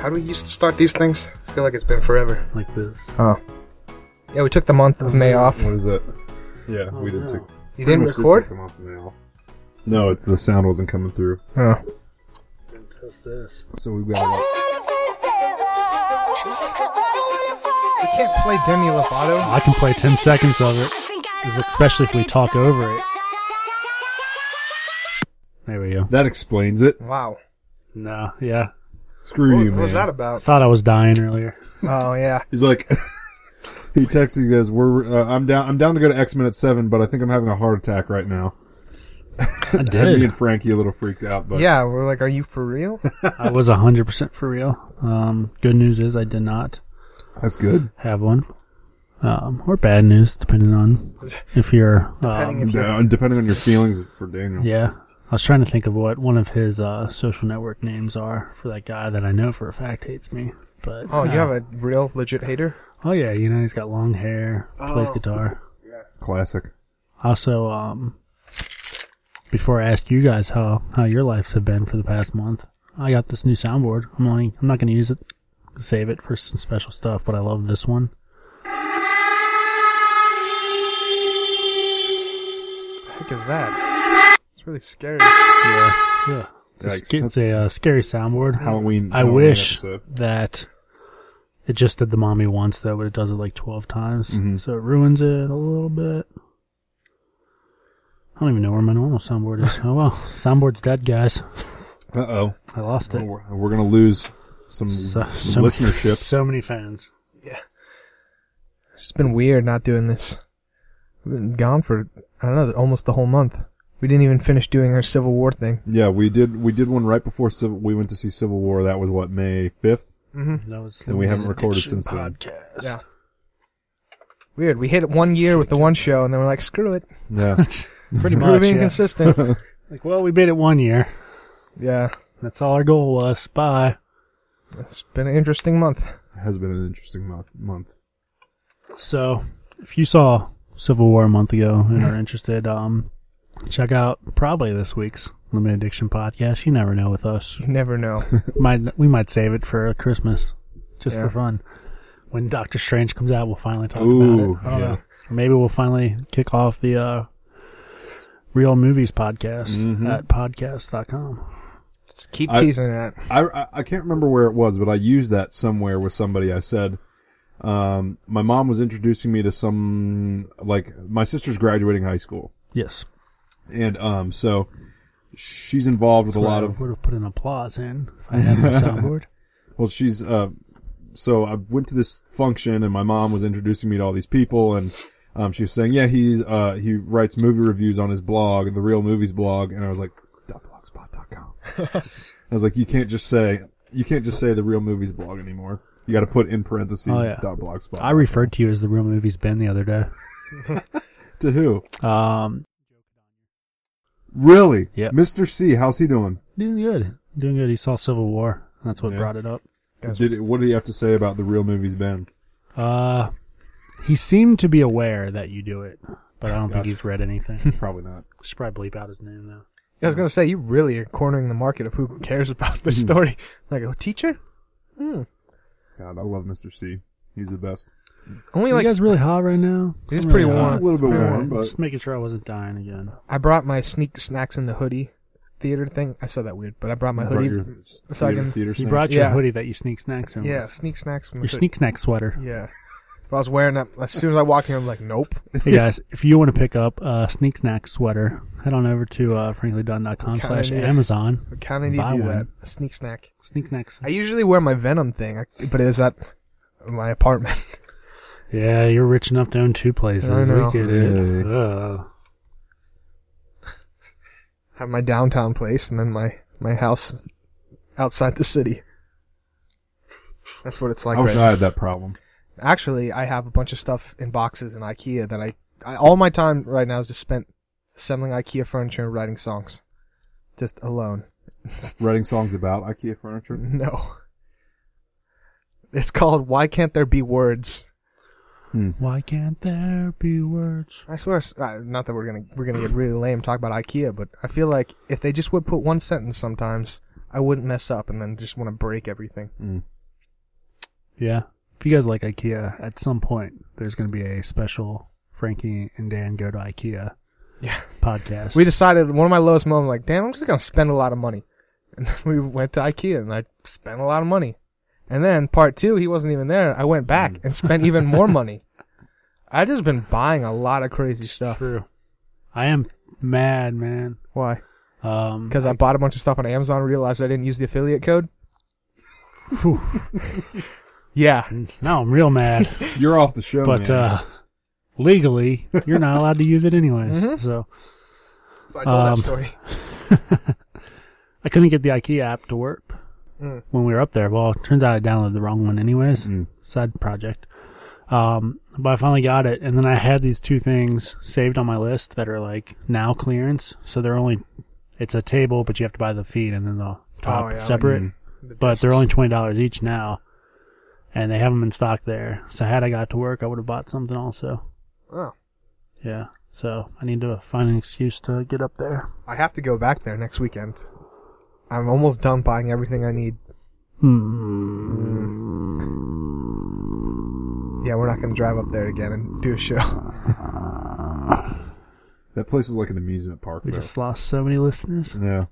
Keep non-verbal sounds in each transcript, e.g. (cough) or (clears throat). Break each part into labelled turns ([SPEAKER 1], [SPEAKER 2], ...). [SPEAKER 1] How do we used to start these things? I feel like it's been forever.
[SPEAKER 2] Like this.
[SPEAKER 1] Oh. Yeah, we took the month of May off.
[SPEAKER 3] What is that? Yeah, we did
[SPEAKER 2] no.
[SPEAKER 3] take.
[SPEAKER 1] Oh, You didn't
[SPEAKER 3] Pretty much did
[SPEAKER 1] record?
[SPEAKER 3] take them off now. No, it, the sound wasn't coming through.
[SPEAKER 1] Oh.
[SPEAKER 2] Then test this.
[SPEAKER 3] So we've got. Like,
[SPEAKER 1] We can't play Demi Lovato.
[SPEAKER 2] I can play 10 seconds of it, is especially if we talk over it. There we go.
[SPEAKER 3] that explains it.
[SPEAKER 1] Wow.
[SPEAKER 2] No, yeah.
[SPEAKER 3] Screw
[SPEAKER 1] what
[SPEAKER 3] you,
[SPEAKER 1] what
[SPEAKER 3] man.
[SPEAKER 1] was that
[SPEAKER 2] I
[SPEAKER 1] about?
[SPEAKER 2] thought I was dying earlier.
[SPEAKER 1] Oh, yeah.
[SPEAKER 3] He's like, (laughs) he texted you guys. We're uh, I'm down. I'm down to go to X Men at seven, but I think I'm having a heart attack right now.
[SPEAKER 2] (laughs) I
[SPEAKER 3] And me
[SPEAKER 2] did.
[SPEAKER 3] and Frankie a little freaked out, but
[SPEAKER 1] Yeah, we're like, are you for
[SPEAKER 3] (laughs)
[SPEAKER 1] real?
[SPEAKER 2] I was 100% for real. Um, good news is I did not
[SPEAKER 3] that's good.
[SPEAKER 2] have one. Um, or bad news, depending on if you're. Um,
[SPEAKER 1] Depending if-
[SPEAKER 3] Yeah, Uh, and depending on your feelings for Daniel.
[SPEAKER 2] yeah. I was trying to think of what one of his uh, social network names are for that guy that I know for a fact hates me. But
[SPEAKER 1] Oh, you
[SPEAKER 2] uh,
[SPEAKER 1] have a real legit hater?
[SPEAKER 2] Oh yeah, you know he's got long hair, plays guitar.
[SPEAKER 3] Classic.
[SPEAKER 2] Also, um, before I ask you guys how how your lives have been for the past month, I got this new soundboard. I'm only I'm not going to use it, save it for some special stuff. But I love this one.
[SPEAKER 1] The heck is that? It's really scary.
[SPEAKER 2] Yeah, yeah. It's,
[SPEAKER 3] Yikes,
[SPEAKER 2] a, sca- it's
[SPEAKER 3] that's-
[SPEAKER 2] a, uh, scary soundboard.
[SPEAKER 3] Halloween.
[SPEAKER 2] I
[SPEAKER 3] Halloween
[SPEAKER 2] wish
[SPEAKER 3] episode.
[SPEAKER 2] that it just did the mommy once though, but it does it like twelve times,
[SPEAKER 3] Mm-hmm.
[SPEAKER 2] so it ruins it a little bit. I don't even know where my normal soundboard is. oh well, (laughs) soundboard's dead, guys.
[SPEAKER 3] Uh oh.
[SPEAKER 2] I lost it.
[SPEAKER 3] We're, we're gonna lose some
[SPEAKER 2] so, so many-
[SPEAKER 3] listenership.
[SPEAKER 2] so many fans.
[SPEAKER 1] It's been weird not doing this. We've been gone for, I don't know, almost the whole month. We didn't even finish doing our Civil War thing.
[SPEAKER 3] Yeah, we did. We did one right before Civil. We went to see Civil War. That was what May fifth.
[SPEAKER 2] That was
[SPEAKER 3] And we haven't
[SPEAKER 2] the
[SPEAKER 3] recorded
[SPEAKER 2] addiction
[SPEAKER 3] since then.
[SPEAKER 2] podcast.
[SPEAKER 1] Yeah. Weird. We hit it one year with the one show, and then we're like, screw it.
[SPEAKER 2] (laughs)
[SPEAKER 3] Yeah,
[SPEAKER 1] Pretty
[SPEAKER 2] much,
[SPEAKER 1] groovy and
[SPEAKER 2] yeah. (laughs)
[SPEAKER 1] consistent.
[SPEAKER 2] Like, well, we made it one year.
[SPEAKER 1] yeah.
[SPEAKER 2] That's all our goal was. Bye.
[SPEAKER 1] It's been an interesting month.
[SPEAKER 3] it has been an interesting month. Month.
[SPEAKER 2] So, if you saw Civil War a month ago
[SPEAKER 1] (laughs)
[SPEAKER 2] and are interested, um, check out probably this week's Limited Addiction podcast. You never know with us.
[SPEAKER 1] You never
[SPEAKER 2] (laughs)
[SPEAKER 1] know.
[SPEAKER 2] might we might save it for Christmas just
[SPEAKER 1] Yeah.
[SPEAKER 2] for fun. When Doctor Strange comes out, we'll finally talk about
[SPEAKER 3] Ooh,
[SPEAKER 2] it. Oh,
[SPEAKER 3] yeah.
[SPEAKER 2] Maybe we'll finally kick off the uh, Real Movies podcast
[SPEAKER 3] Mhm.
[SPEAKER 2] at podcast.com.
[SPEAKER 1] Just keep
[SPEAKER 3] I-
[SPEAKER 1] teasing that.
[SPEAKER 3] I, I I can't remember where it was, but I used that somewhere with somebody. I said, um, my mom was introducing me to some like my sister's graduating high school,
[SPEAKER 2] Yes.
[SPEAKER 3] and um, so she's involved with a lot of
[SPEAKER 2] would have put an applause in if I
[SPEAKER 3] (laughs)
[SPEAKER 2] had my soundboard.
[SPEAKER 3] Well, she's uh, so I went to this function, and my mom was introducing me to all these people, and um, she was saying, yeah, he's uh, he writes movie reviews on his blog, the Real Movies blog, and I was like,
[SPEAKER 2] (laughs)
[SPEAKER 3] blogspot.com. I was like, you can't just say you can't just say the Real Movies blog anymore. You got to put in parentheses
[SPEAKER 2] Oh, yeah.
[SPEAKER 3] dot blogspot.
[SPEAKER 2] I referred to you as the Real Movies Ben the other day.
[SPEAKER 3] to who?
[SPEAKER 2] Um,
[SPEAKER 3] Really?
[SPEAKER 2] Yeah.
[SPEAKER 3] Mr. C, how's he doing?
[SPEAKER 2] doing good. Doing good. He saw Civil War. That's what
[SPEAKER 3] Yeah.
[SPEAKER 2] brought it up.
[SPEAKER 1] That's-
[SPEAKER 3] Did it, what did he have to say about the Real Movies Ben?
[SPEAKER 2] Uh, he seemed to be aware that you do it, but I don't think
[SPEAKER 3] Gotcha.
[SPEAKER 2] he's read
[SPEAKER 3] (laughs)
[SPEAKER 2] anything.
[SPEAKER 3] Probably not.
[SPEAKER 2] Should probably bleep out his name though.
[SPEAKER 1] I was gonna say you really are cornering the market of who cares about
[SPEAKER 2] (laughs)
[SPEAKER 1] this story. Like a teacher? Hmm.
[SPEAKER 3] God, I love Mr. C. He's the best.
[SPEAKER 1] Only
[SPEAKER 2] you
[SPEAKER 1] like
[SPEAKER 2] guys really hot right now?
[SPEAKER 1] It is
[SPEAKER 2] I'm
[SPEAKER 1] pretty
[SPEAKER 2] really
[SPEAKER 1] warm.
[SPEAKER 3] He's a
[SPEAKER 2] hot.
[SPEAKER 3] little bit
[SPEAKER 1] Alright,
[SPEAKER 3] warm, but
[SPEAKER 2] Just making sure I wasn't dying again.
[SPEAKER 1] I brought my sneak snacks in the hoodie theater thing. I saw that weird, but I brought my
[SPEAKER 3] Brought
[SPEAKER 1] hoodie.
[SPEAKER 3] your
[SPEAKER 1] so I
[SPEAKER 3] theater-
[SPEAKER 1] can-
[SPEAKER 3] theater
[SPEAKER 2] He
[SPEAKER 3] snacks.
[SPEAKER 2] brought you a
[SPEAKER 1] Yeah.
[SPEAKER 2] hoodie that you sneak snacks in.
[SPEAKER 1] yeah, sneak snacks. From
[SPEAKER 2] Your sneak snack sweater.
[SPEAKER 1] Yeah. If I was wearing that, as soon as I walked in, I'm like, nope.
[SPEAKER 2] Hey guys, if you want to pick up a sneak snack sweater, head on over to uh, franklydunn.com
[SPEAKER 1] Kinda
[SPEAKER 2] slash
[SPEAKER 1] need it.
[SPEAKER 2] Amazon.
[SPEAKER 1] I kind of need
[SPEAKER 2] Buy
[SPEAKER 1] to do that.
[SPEAKER 2] one.
[SPEAKER 1] A sneak snack.
[SPEAKER 2] Sneak snacks.
[SPEAKER 1] I usually wear my Venom thing, I- but it's at my apartment.
[SPEAKER 2] Yeah, you're rich enough to own two places.
[SPEAKER 1] I know.
[SPEAKER 2] We get it. Ugh.
[SPEAKER 1] have my downtown place and then my my house outside the city. That's what it's like.
[SPEAKER 3] I wish
[SPEAKER 1] right
[SPEAKER 3] I had that problem.
[SPEAKER 1] now. Actually, I have a bunch of stuff in boxes in IKEA that I, I all my time right now is just spent assembling IKEA furniture and writing songs, just alone. (laughs)
[SPEAKER 3] Writing songs about IKEA furniture.
[SPEAKER 1] No. It's called "Why Can't There Be Words."
[SPEAKER 2] Why can't there be words?
[SPEAKER 1] I swear, s- uh, not that we're gonna we're gonna get really lame talk about IKEA, but I feel like if they just would put one sentence sometimes, I wouldn't mess up and then just want to break everything.
[SPEAKER 3] Mm.
[SPEAKER 2] Yeah. If you guys like IKEA, at some point there's going to be a special Frankie and Dan go to IKEA
[SPEAKER 1] Yeah.
[SPEAKER 2] podcast.
[SPEAKER 1] We decided one of my lowest moments, like, damn, I'm just gonna spend a lot of money. (laughs) And then we went to IKEA and I spent a lot of money. And then part two, he wasn't even there. I went back and spent even
[SPEAKER 2] (laughs)
[SPEAKER 1] more money. I just been buying a lot of crazy stuff.
[SPEAKER 2] True. I am mad, man.
[SPEAKER 1] Why?
[SPEAKER 2] Um,
[SPEAKER 1] Because I bought a bunch of stuff on Amazon, realized I didn't use the affiliate code.
[SPEAKER 2] Whew.
[SPEAKER 1] (laughs) Yeah.
[SPEAKER 2] now I'm real mad.
[SPEAKER 3] You're off the show,
[SPEAKER 2] but
[SPEAKER 3] Oh, man.
[SPEAKER 2] uh, legally, you're not allowed to use it anyways.
[SPEAKER 1] Mhm.
[SPEAKER 2] So
[SPEAKER 1] So I
[SPEAKER 2] told that Um,
[SPEAKER 1] story. (laughs)
[SPEAKER 2] I couldn't get the IKEA app to work
[SPEAKER 1] Mm.
[SPEAKER 2] when we were up there. Well, it turns out I downloaded the wrong one, anyways.
[SPEAKER 3] Mm.
[SPEAKER 2] Side project. Um, but I finally got it, and then I had these two things saved on my list that are like now clearance. So they're only, it's a table, but you have to buy the feet and then the top
[SPEAKER 1] Oh, yeah, like-
[SPEAKER 2] separate.
[SPEAKER 3] Mm.
[SPEAKER 2] but they're only twenty dollars each now, and they have them in stock there. So had I got to work, I would have bought something also.
[SPEAKER 1] Oh,
[SPEAKER 2] Yeah. So I need to find an excuse to get up there.
[SPEAKER 1] I have to go back there next weekend. I'm almost done buying everything I need.
[SPEAKER 2] Hmm.
[SPEAKER 1] Yeah, we're not gonna drive up there again and do a show. (laughs)
[SPEAKER 3] that place is like an amusement park.
[SPEAKER 2] We
[SPEAKER 3] though.
[SPEAKER 2] just lost so many listeners.
[SPEAKER 3] Yeah.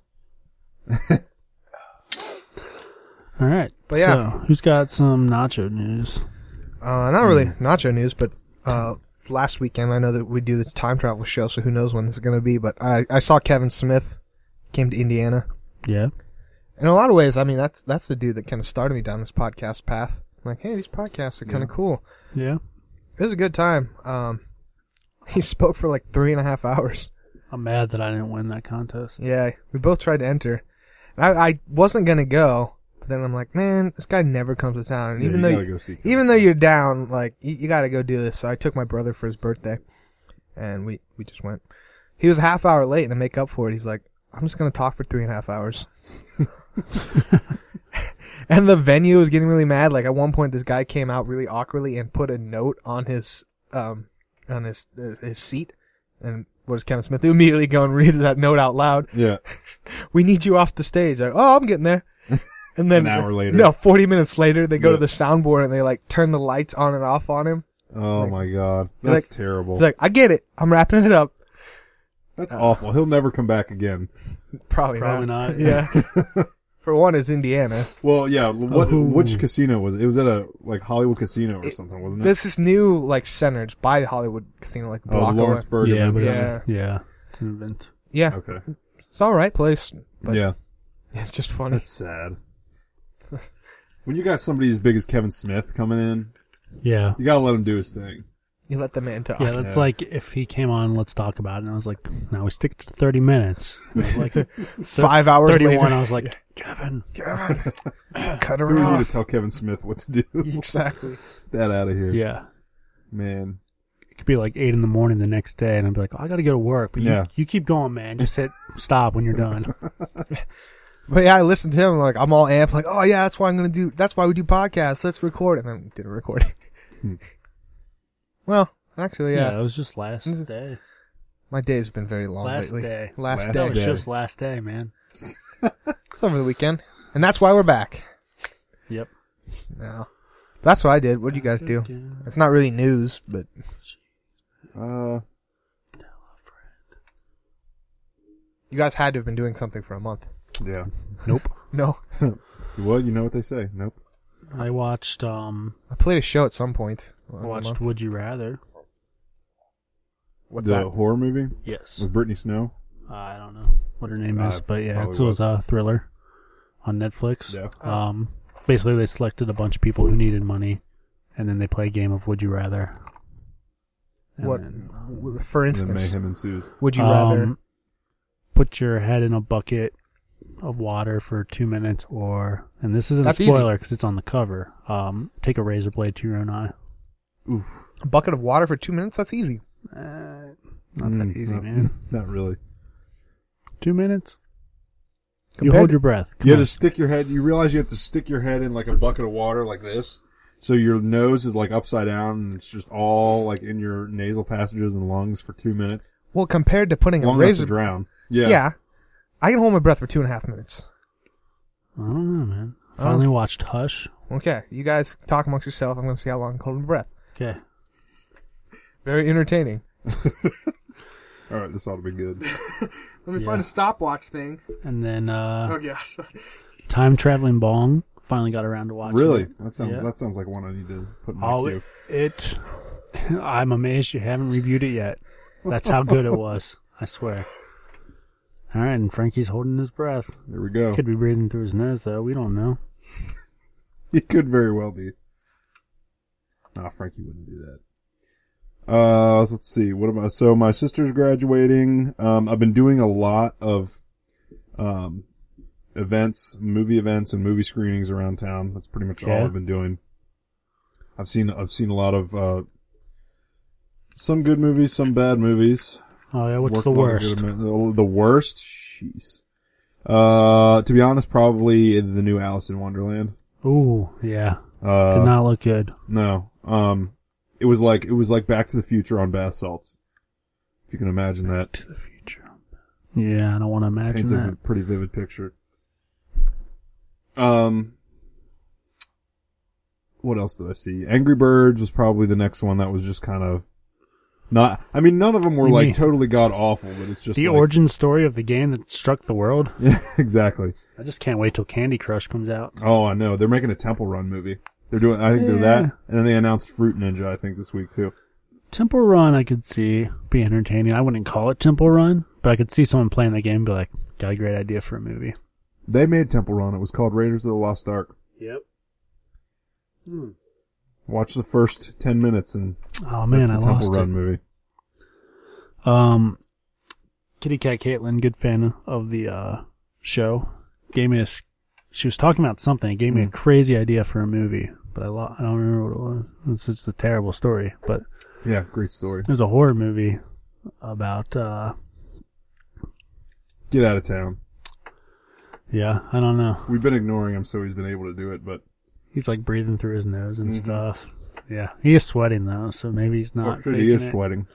[SPEAKER 2] All right.
[SPEAKER 1] But yeah.
[SPEAKER 2] So who's got some nacho news?
[SPEAKER 1] Uh, not really
[SPEAKER 3] Hmm.
[SPEAKER 1] nacho news, but uh, last weekend I know that we do the time travel show, so who knows when this is gonna be. But I, I saw Kevin Smith came to Indiana.
[SPEAKER 2] Yeah.
[SPEAKER 1] In a lot of ways, I mean that's that's the dude that kind of started me down this podcast path. like, hey, these podcasts are kind of cool.
[SPEAKER 2] Yeah.
[SPEAKER 1] It was a good time. Um, (laughs) he spoke for like three and a half hours.
[SPEAKER 2] I'm mad that I didn't win that contest.
[SPEAKER 1] Yeah, we both tried to enter. And I, I wasn't gonna go, but then I'm like, man, this guy never comes to town. And
[SPEAKER 3] Yeah,
[SPEAKER 1] even
[SPEAKER 3] you
[SPEAKER 1] though,
[SPEAKER 3] gotta
[SPEAKER 1] you-
[SPEAKER 3] go see Kevin
[SPEAKER 1] even though you're down, like you, you gotta go do this. So I took my brother for his birthday, and we we just went. He was a half hour late, and to make up for it, he's like, I'm just gonna talk for three and a half hours. (laughs) and the venue was getting really mad. Like at one point, this guy came out really awkwardly and put a note on his um on his his, his seat, and was Kevin Smith immediately go and read that note out loud
[SPEAKER 3] Yeah.
[SPEAKER 1] we need you off the stage. Like, oh, I'm getting
[SPEAKER 3] (laughs)
[SPEAKER 1] there. And then
[SPEAKER 3] An hour later.
[SPEAKER 1] no, 40 minutes later, they go
[SPEAKER 3] Yeah.
[SPEAKER 1] to the soundboard and they like turn the lights on and off on him.
[SPEAKER 3] Oh
[SPEAKER 1] Like-
[SPEAKER 3] my god,
[SPEAKER 1] You're
[SPEAKER 3] that's
[SPEAKER 1] like-
[SPEAKER 3] terrible.
[SPEAKER 1] He's like, I get it. I'm wrapping it up.
[SPEAKER 3] that's awful. He'll never come back again.
[SPEAKER 1] Probably,
[SPEAKER 2] Probably not.
[SPEAKER 3] (laughs)
[SPEAKER 1] yeah. (laughs) For one, is Indiana.
[SPEAKER 3] Well, yeah. What?
[SPEAKER 2] Oh.
[SPEAKER 3] Which casino was it? It was at a like Hollywood casino or something, wasn't it?
[SPEAKER 1] There's this new like center. It's by the Hollywood Casino, like a
[SPEAKER 3] oh,
[SPEAKER 1] block away.
[SPEAKER 3] Lawrenceburg.
[SPEAKER 2] yeah.
[SPEAKER 3] and
[SPEAKER 2] But
[SPEAKER 3] then-
[SPEAKER 1] it's-
[SPEAKER 2] It's, yeah. It's an event.
[SPEAKER 1] Yeah,
[SPEAKER 3] Okay.
[SPEAKER 1] it's all right place. But
[SPEAKER 3] yeah,
[SPEAKER 1] it's just funny.
[SPEAKER 3] that's
[SPEAKER 1] (laughs)
[SPEAKER 3] sad. when you got somebody as big as Kevin Smith coming in,
[SPEAKER 2] Yeah.
[SPEAKER 3] you gotta let him do his thing.
[SPEAKER 1] You let the man talk.
[SPEAKER 2] Yeah, that's
[SPEAKER 3] yeah.
[SPEAKER 2] like if he came on, let's talk about it. And I was like, no, we stick to 30 minutes. And I was like,
[SPEAKER 1] Five (laughs) hours
[SPEAKER 2] 31,
[SPEAKER 1] later,
[SPEAKER 2] I was like, Kevin.
[SPEAKER 1] (laughs) God, cut
[SPEAKER 3] Who
[SPEAKER 1] her
[SPEAKER 3] are you to
[SPEAKER 1] off.
[SPEAKER 3] tell Kevin Smith what to do?
[SPEAKER 1] (laughs) Exactly.
[SPEAKER 3] that out of here,
[SPEAKER 2] Yeah.
[SPEAKER 3] man.
[SPEAKER 2] It could be like 8 in the morning the next day, and I'd be like, "Oh, I got to go to work. But you,
[SPEAKER 3] Yeah.
[SPEAKER 2] you keep going, man. Just hit stop when you're done.
[SPEAKER 1] But yeah, I listened to him. Like I'm all amped. Like, oh yeah, that's why I'm gonna do. That's why we do podcasts. Let's record. And then didn't record it.
[SPEAKER 3] Hmm.
[SPEAKER 1] (laughs) well, actually, yeah, Mm-hmm.
[SPEAKER 2] it was just last day.
[SPEAKER 1] My day's been very long
[SPEAKER 2] Last
[SPEAKER 1] lately.
[SPEAKER 2] day.
[SPEAKER 1] Last,
[SPEAKER 3] Last
[SPEAKER 2] No,
[SPEAKER 1] day.
[SPEAKER 2] it's
[SPEAKER 3] day.
[SPEAKER 2] just last day, man.
[SPEAKER 1] It's over the weekend, and that's why we're back.
[SPEAKER 2] Yep.
[SPEAKER 1] No, that's what I did. What did you guys do? It's not really news, but
[SPEAKER 3] Uh,
[SPEAKER 1] you guys had to have been doing something for a month.
[SPEAKER 3] yeah.
[SPEAKER 2] Nope.
[SPEAKER 1] No,
[SPEAKER 3] Well, you know what they say. Nope.
[SPEAKER 2] I watched, um,
[SPEAKER 1] I played a show at some point.
[SPEAKER 2] I
[SPEAKER 1] on the
[SPEAKER 2] watched
[SPEAKER 1] month.
[SPEAKER 2] Would You Rather.
[SPEAKER 1] What's
[SPEAKER 3] the
[SPEAKER 1] that?
[SPEAKER 3] horror movie
[SPEAKER 2] Yes.
[SPEAKER 3] with Brittany Snow.
[SPEAKER 2] Uh, I don't know what her name
[SPEAKER 3] I
[SPEAKER 2] is, but yeah, it
[SPEAKER 3] probably
[SPEAKER 2] was a thriller on Netflix.
[SPEAKER 3] Yeah.
[SPEAKER 2] Um, basically, they selected a bunch of people who needed money, and then they play a game of Would You Rather. And
[SPEAKER 1] What?
[SPEAKER 2] then,
[SPEAKER 1] For
[SPEAKER 3] And then
[SPEAKER 1] instance,
[SPEAKER 3] mayhem ensues.
[SPEAKER 1] would you
[SPEAKER 2] um,
[SPEAKER 1] rather?
[SPEAKER 2] put your head in a bucket of water for two minutes, or and this isn't
[SPEAKER 1] That's
[SPEAKER 2] a
[SPEAKER 1] easy.
[SPEAKER 2] spoiler because it's on the cover. Um, take a razor blade to your own eye.
[SPEAKER 3] Oof.
[SPEAKER 1] A bucket of water for two minutes? That's easy.
[SPEAKER 2] Uh, not
[SPEAKER 3] Mm,
[SPEAKER 2] that easy,
[SPEAKER 3] not-
[SPEAKER 2] man.
[SPEAKER 3] (laughs) Not really.
[SPEAKER 2] Two minutes. you
[SPEAKER 1] Compared
[SPEAKER 2] hold
[SPEAKER 1] to-
[SPEAKER 2] your breath. Come
[SPEAKER 3] You
[SPEAKER 2] on.
[SPEAKER 3] have to stick your head. You realize you have to stick your head in like a bucket of water like this. So your nose is like upside down and it's just all like in your nasal passages and lungs for two minutes.
[SPEAKER 1] Well, compared to putting a
[SPEAKER 3] Long enough
[SPEAKER 1] razor.
[SPEAKER 3] to drown. Yeah.
[SPEAKER 1] yeah, I can hold my breath for two and a half minutes.
[SPEAKER 2] I don't know, man.
[SPEAKER 1] Oh.
[SPEAKER 2] Finally watched Hush,
[SPEAKER 1] Okay, you guys talk amongst yourself. I'm going to see how long I can hold my breath.
[SPEAKER 2] Okay.
[SPEAKER 1] Very entertaining.
[SPEAKER 3] All right, this ought to be good.
[SPEAKER 4] Let me
[SPEAKER 2] Yeah.
[SPEAKER 4] find a stopwatch thing.
[SPEAKER 2] And then uh
[SPEAKER 4] Oh yes.
[SPEAKER 2] Time Traveling Bong finally got around to watching. (laughs)
[SPEAKER 3] really?
[SPEAKER 2] it.
[SPEAKER 3] That sounds
[SPEAKER 2] Yeah.
[SPEAKER 3] that sounds like one I need to put in my
[SPEAKER 2] Oh,
[SPEAKER 3] queue.
[SPEAKER 2] it, it (laughs) I'm amazed you haven't reviewed it yet. That's how good it was. I swear. All right, and Frankie's holding his breath.
[SPEAKER 3] There we go.
[SPEAKER 2] Could be breathing through his nose though. We don't know.
[SPEAKER 3] (laughs) It could very well be. Nah, Frankie wouldn't do that. Uh, so let's see. What am I? So my sister's graduating. Um, I've been doing a lot of, um, events, movie events and movie screenings around town. That's pretty much all
[SPEAKER 2] Yeah.
[SPEAKER 3] I've been doing. I've seen, I've seen a lot of, uh, some good movies, some bad movies.
[SPEAKER 2] Oh yeah, what's
[SPEAKER 3] Worked
[SPEAKER 2] the
[SPEAKER 3] a lot of
[SPEAKER 2] worst?
[SPEAKER 3] good amount- The worst? Jeez. Uh, to be honest, probably the new Alice in Wonderland.
[SPEAKER 2] Ooh, yeah.
[SPEAKER 3] Uh,
[SPEAKER 2] Did not look good.
[SPEAKER 3] no. Um, it was like it was like Back to the Future on bath salts. If you can imagine that,
[SPEAKER 2] The future. Yeah, I don't want to imagine
[SPEAKER 3] paints
[SPEAKER 2] that.
[SPEAKER 3] a pretty vivid picture. Um, what else did I see? Angry Birds was probably the next one that was just kind of not. I mean, none of them were
[SPEAKER 2] You
[SPEAKER 3] like
[SPEAKER 2] mean-
[SPEAKER 3] totally god awful, but it's just
[SPEAKER 2] the
[SPEAKER 3] like,
[SPEAKER 2] origin story of the game that struck the world.
[SPEAKER 3] Yeah, (laughs) exactly.
[SPEAKER 2] I just can't wait till Candy Crush comes out.
[SPEAKER 3] Oh, I know. They're making a Temple Run movie. They're doing. I think they're that,
[SPEAKER 2] Yeah.
[SPEAKER 3] and then they announced Fruit Ninja. I think this week too.
[SPEAKER 2] Temple Run, I could see be entertaining. I wouldn't call it Temple Run, but I could see someone playing the game and be like, "Got a great idea for a movie."
[SPEAKER 3] They made Temple Run. It was called Raiders of the Lost Ark.
[SPEAKER 2] Yep.
[SPEAKER 3] Hmm. Watch the first ten minutes, and
[SPEAKER 2] Oh man,
[SPEAKER 3] that's the
[SPEAKER 2] I
[SPEAKER 3] Temple
[SPEAKER 2] lost
[SPEAKER 3] Run
[SPEAKER 2] it.
[SPEAKER 3] movie.
[SPEAKER 2] Um, Kitty Cat Caitlin, good fan of the uh, show, gave me a. s- She was talking about something. It gave me a
[SPEAKER 3] Hmm.
[SPEAKER 2] crazy idea for a movie, but I, lo- I don't remember what it was. It's just a terrible story, but
[SPEAKER 3] Yeah, great story.
[SPEAKER 2] it was a horror movie about. uh
[SPEAKER 3] Get out of town.
[SPEAKER 2] Yeah, I don't know.
[SPEAKER 3] We've been ignoring him, so he's been able to do it. But
[SPEAKER 2] He's like breathing through his nose and
[SPEAKER 3] Mhm.
[SPEAKER 2] stuff. Yeah, he is sweating though, so maybe he's not.
[SPEAKER 3] Oh, shit, he is
[SPEAKER 2] faking it.
[SPEAKER 3] sweating.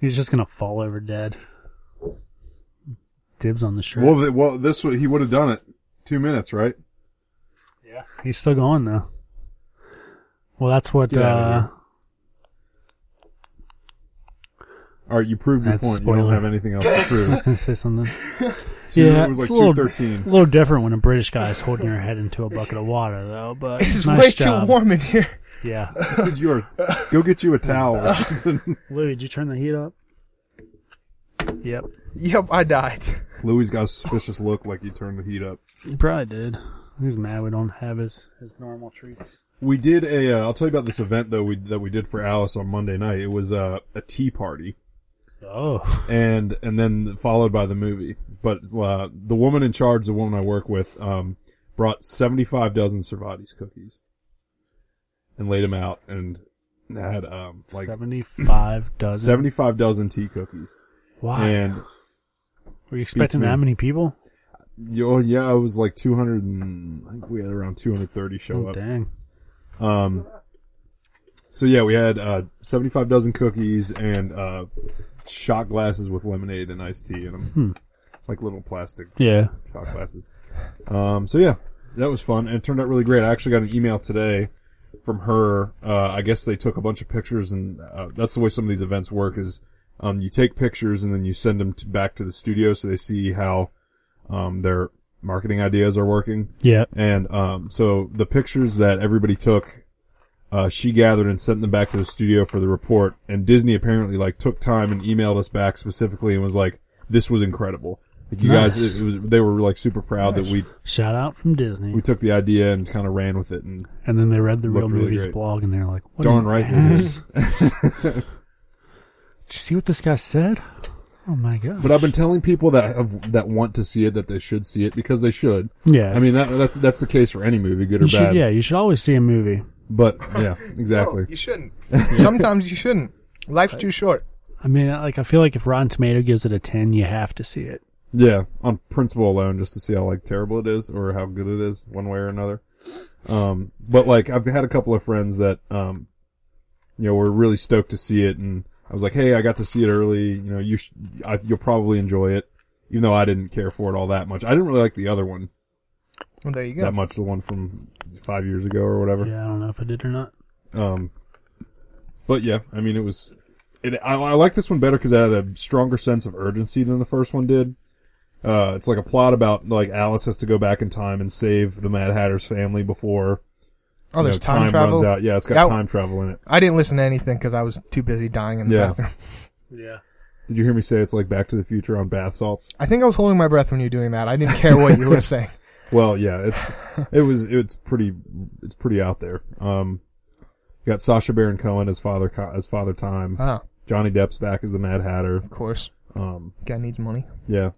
[SPEAKER 2] He's just gonna fall over dead. Dibs on the shirt.
[SPEAKER 3] Well, th- well, this w- he would have done it. Two minutes, right?
[SPEAKER 2] Yeah, he's still going though. Well, that's what.
[SPEAKER 3] Get outta
[SPEAKER 2] uh
[SPEAKER 3] here. All right, you proved your
[SPEAKER 2] That's
[SPEAKER 3] point. You don't
[SPEAKER 2] spoiler.
[SPEAKER 3] have anything else to
[SPEAKER 2] I (laughs) was
[SPEAKER 3] prove.
[SPEAKER 2] gonna say
[SPEAKER 3] (laughs)
[SPEAKER 2] something. (laughs)
[SPEAKER 3] Two,
[SPEAKER 2] Yeah,
[SPEAKER 3] it was like
[SPEAKER 2] it's a little-
[SPEAKER 3] two thirteen.
[SPEAKER 2] A little different when a British guy is holding her head into a bucket of water, though.
[SPEAKER 3] (laughs)
[SPEAKER 1] (laughs)
[SPEAKER 2] But
[SPEAKER 1] It's
[SPEAKER 2] nice
[SPEAKER 1] way
[SPEAKER 2] job.
[SPEAKER 1] too warm in here. (laughs)
[SPEAKER 2] Yeah,
[SPEAKER 3] Dude, you are. Go get you a
[SPEAKER 2] (laughs)
[SPEAKER 3] towel. or something.
[SPEAKER 2] Louis, did you turn the heat up? Yep,
[SPEAKER 1] Yep, I died.
[SPEAKER 3] Louis got a suspicious look, like he turned the heat up.
[SPEAKER 2] he probably did. He's mad we don't have his his normal treats.
[SPEAKER 3] We did a. Uh, I'll tell you about this event though. We that we did for Alice on Monday night. It was uh, a tea party.
[SPEAKER 2] Oh,
[SPEAKER 3] and and then followed by the movie. But uh, the woman in charge, the woman I work with, um, brought seventy five dozen Cervantes cookies and laid them out, and had um, like (laughs)
[SPEAKER 2] seventy-five dozen.
[SPEAKER 3] seventy five dozen tea cookies.
[SPEAKER 2] Why
[SPEAKER 3] And
[SPEAKER 2] were you expecting
[SPEAKER 3] me.
[SPEAKER 2] that many people?
[SPEAKER 3] you know, yeah, it was like two hundred. I think we had around two hundred thirty show
[SPEAKER 2] Oh,
[SPEAKER 3] up.
[SPEAKER 2] dang.
[SPEAKER 3] Um, so yeah, we had uh, seventy five dozen cookies and uh, shot glasses with lemonade and iced tea in them,
[SPEAKER 2] Hmm.
[SPEAKER 3] like little plastic
[SPEAKER 2] Yeah.
[SPEAKER 3] shot glasses. Um, so yeah, that was fun, and it turned out really great. I actually got an email today from her. Uh, I guess they took a bunch of pictures, and uh, that's the way some of these events work: is um, you take pictures and then you send them to, back to the studio so they see how um, their marketing ideas are working.
[SPEAKER 2] Yeah.
[SPEAKER 3] And um, so the pictures that everybody took, uh, she gathered and sent them back to the studio for the report. And Disney apparently like took time and emailed us back specifically and was like, "This was incredible. Like you guys,
[SPEAKER 2] Nice.
[SPEAKER 3] it, it was, they were like super proud that we
[SPEAKER 2] Shout out from Disney.
[SPEAKER 3] we took the idea and kind of ran with it." And
[SPEAKER 2] And then they read the real
[SPEAKER 3] Looked really
[SPEAKER 2] movies
[SPEAKER 3] great.
[SPEAKER 2] blog, and they're like, what
[SPEAKER 3] darn
[SPEAKER 2] an
[SPEAKER 3] right it
[SPEAKER 2] ass.
[SPEAKER 3] is.
[SPEAKER 2] (laughs) Did you see what this guy said? Oh my god.
[SPEAKER 3] But I've been telling people that have, that want to see it that they should see it because they should.
[SPEAKER 2] Yeah.
[SPEAKER 3] I mean that, that's that's the case for any movie, good or
[SPEAKER 2] you should,
[SPEAKER 3] bad.
[SPEAKER 2] yeah, you should always see a movie.
[SPEAKER 3] But yeah, exactly. (laughs)
[SPEAKER 4] Oh,
[SPEAKER 1] No, you shouldn't. Sometimes you shouldn't. Life's too short.
[SPEAKER 2] I mean, like I feel like if Rotten Tomato gives it a ten, you have to see it.
[SPEAKER 3] Yeah, on principle alone, just to see how like terrible it is or how good it is, one way or another. Um, but like I've had a couple of friends that um, you know, were really stoked to see it, and I was like, hey, I got to see it early. You know, you sh- I, you'll probably enjoy it, even though I didn't care for it all that much. I didn't really like the other one.
[SPEAKER 1] Well, there you go.
[SPEAKER 3] that much. The one from five years ago or whatever.
[SPEAKER 2] Yeah, I don't know if I did or not.
[SPEAKER 3] Um, but yeah, I mean, it was. It, I, I like this one better because it had a stronger sense of urgency than the first one did. Uh, it's like a plot about like Alice has to go back in time and save the Mad Hatter's family before
[SPEAKER 1] oh,
[SPEAKER 3] you
[SPEAKER 1] there's
[SPEAKER 3] know,
[SPEAKER 1] time, travel.
[SPEAKER 3] runs out. Yeah, it's got
[SPEAKER 1] That-
[SPEAKER 3] time travel in it.
[SPEAKER 1] I didn't listen to anything because I was too busy dying in the
[SPEAKER 3] Yeah.
[SPEAKER 1] bathroom. (laughs)
[SPEAKER 2] Yeah.
[SPEAKER 3] Did you hear me say it's like Back to the Future on bath salts?
[SPEAKER 1] I think I was holding my breath when you were doing that. I didn't care what you were (laughs) saying.
[SPEAKER 3] Well, yeah,
[SPEAKER 1] (laughs)
[SPEAKER 3] it's it was it's pretty it's pretty out there. Um, you got Sasha Baron Cohen as father Co- as Father Time.
[SPEAKER 1] Oh,
[SPEAKER 3] Johnny Depp's back as the Mad Hatter.
[SPEAKER 1] of course.
[SPEAKER 3] Um,
[SPEAKER 1] Guy needs money.
[SPEAKER 3] yeah,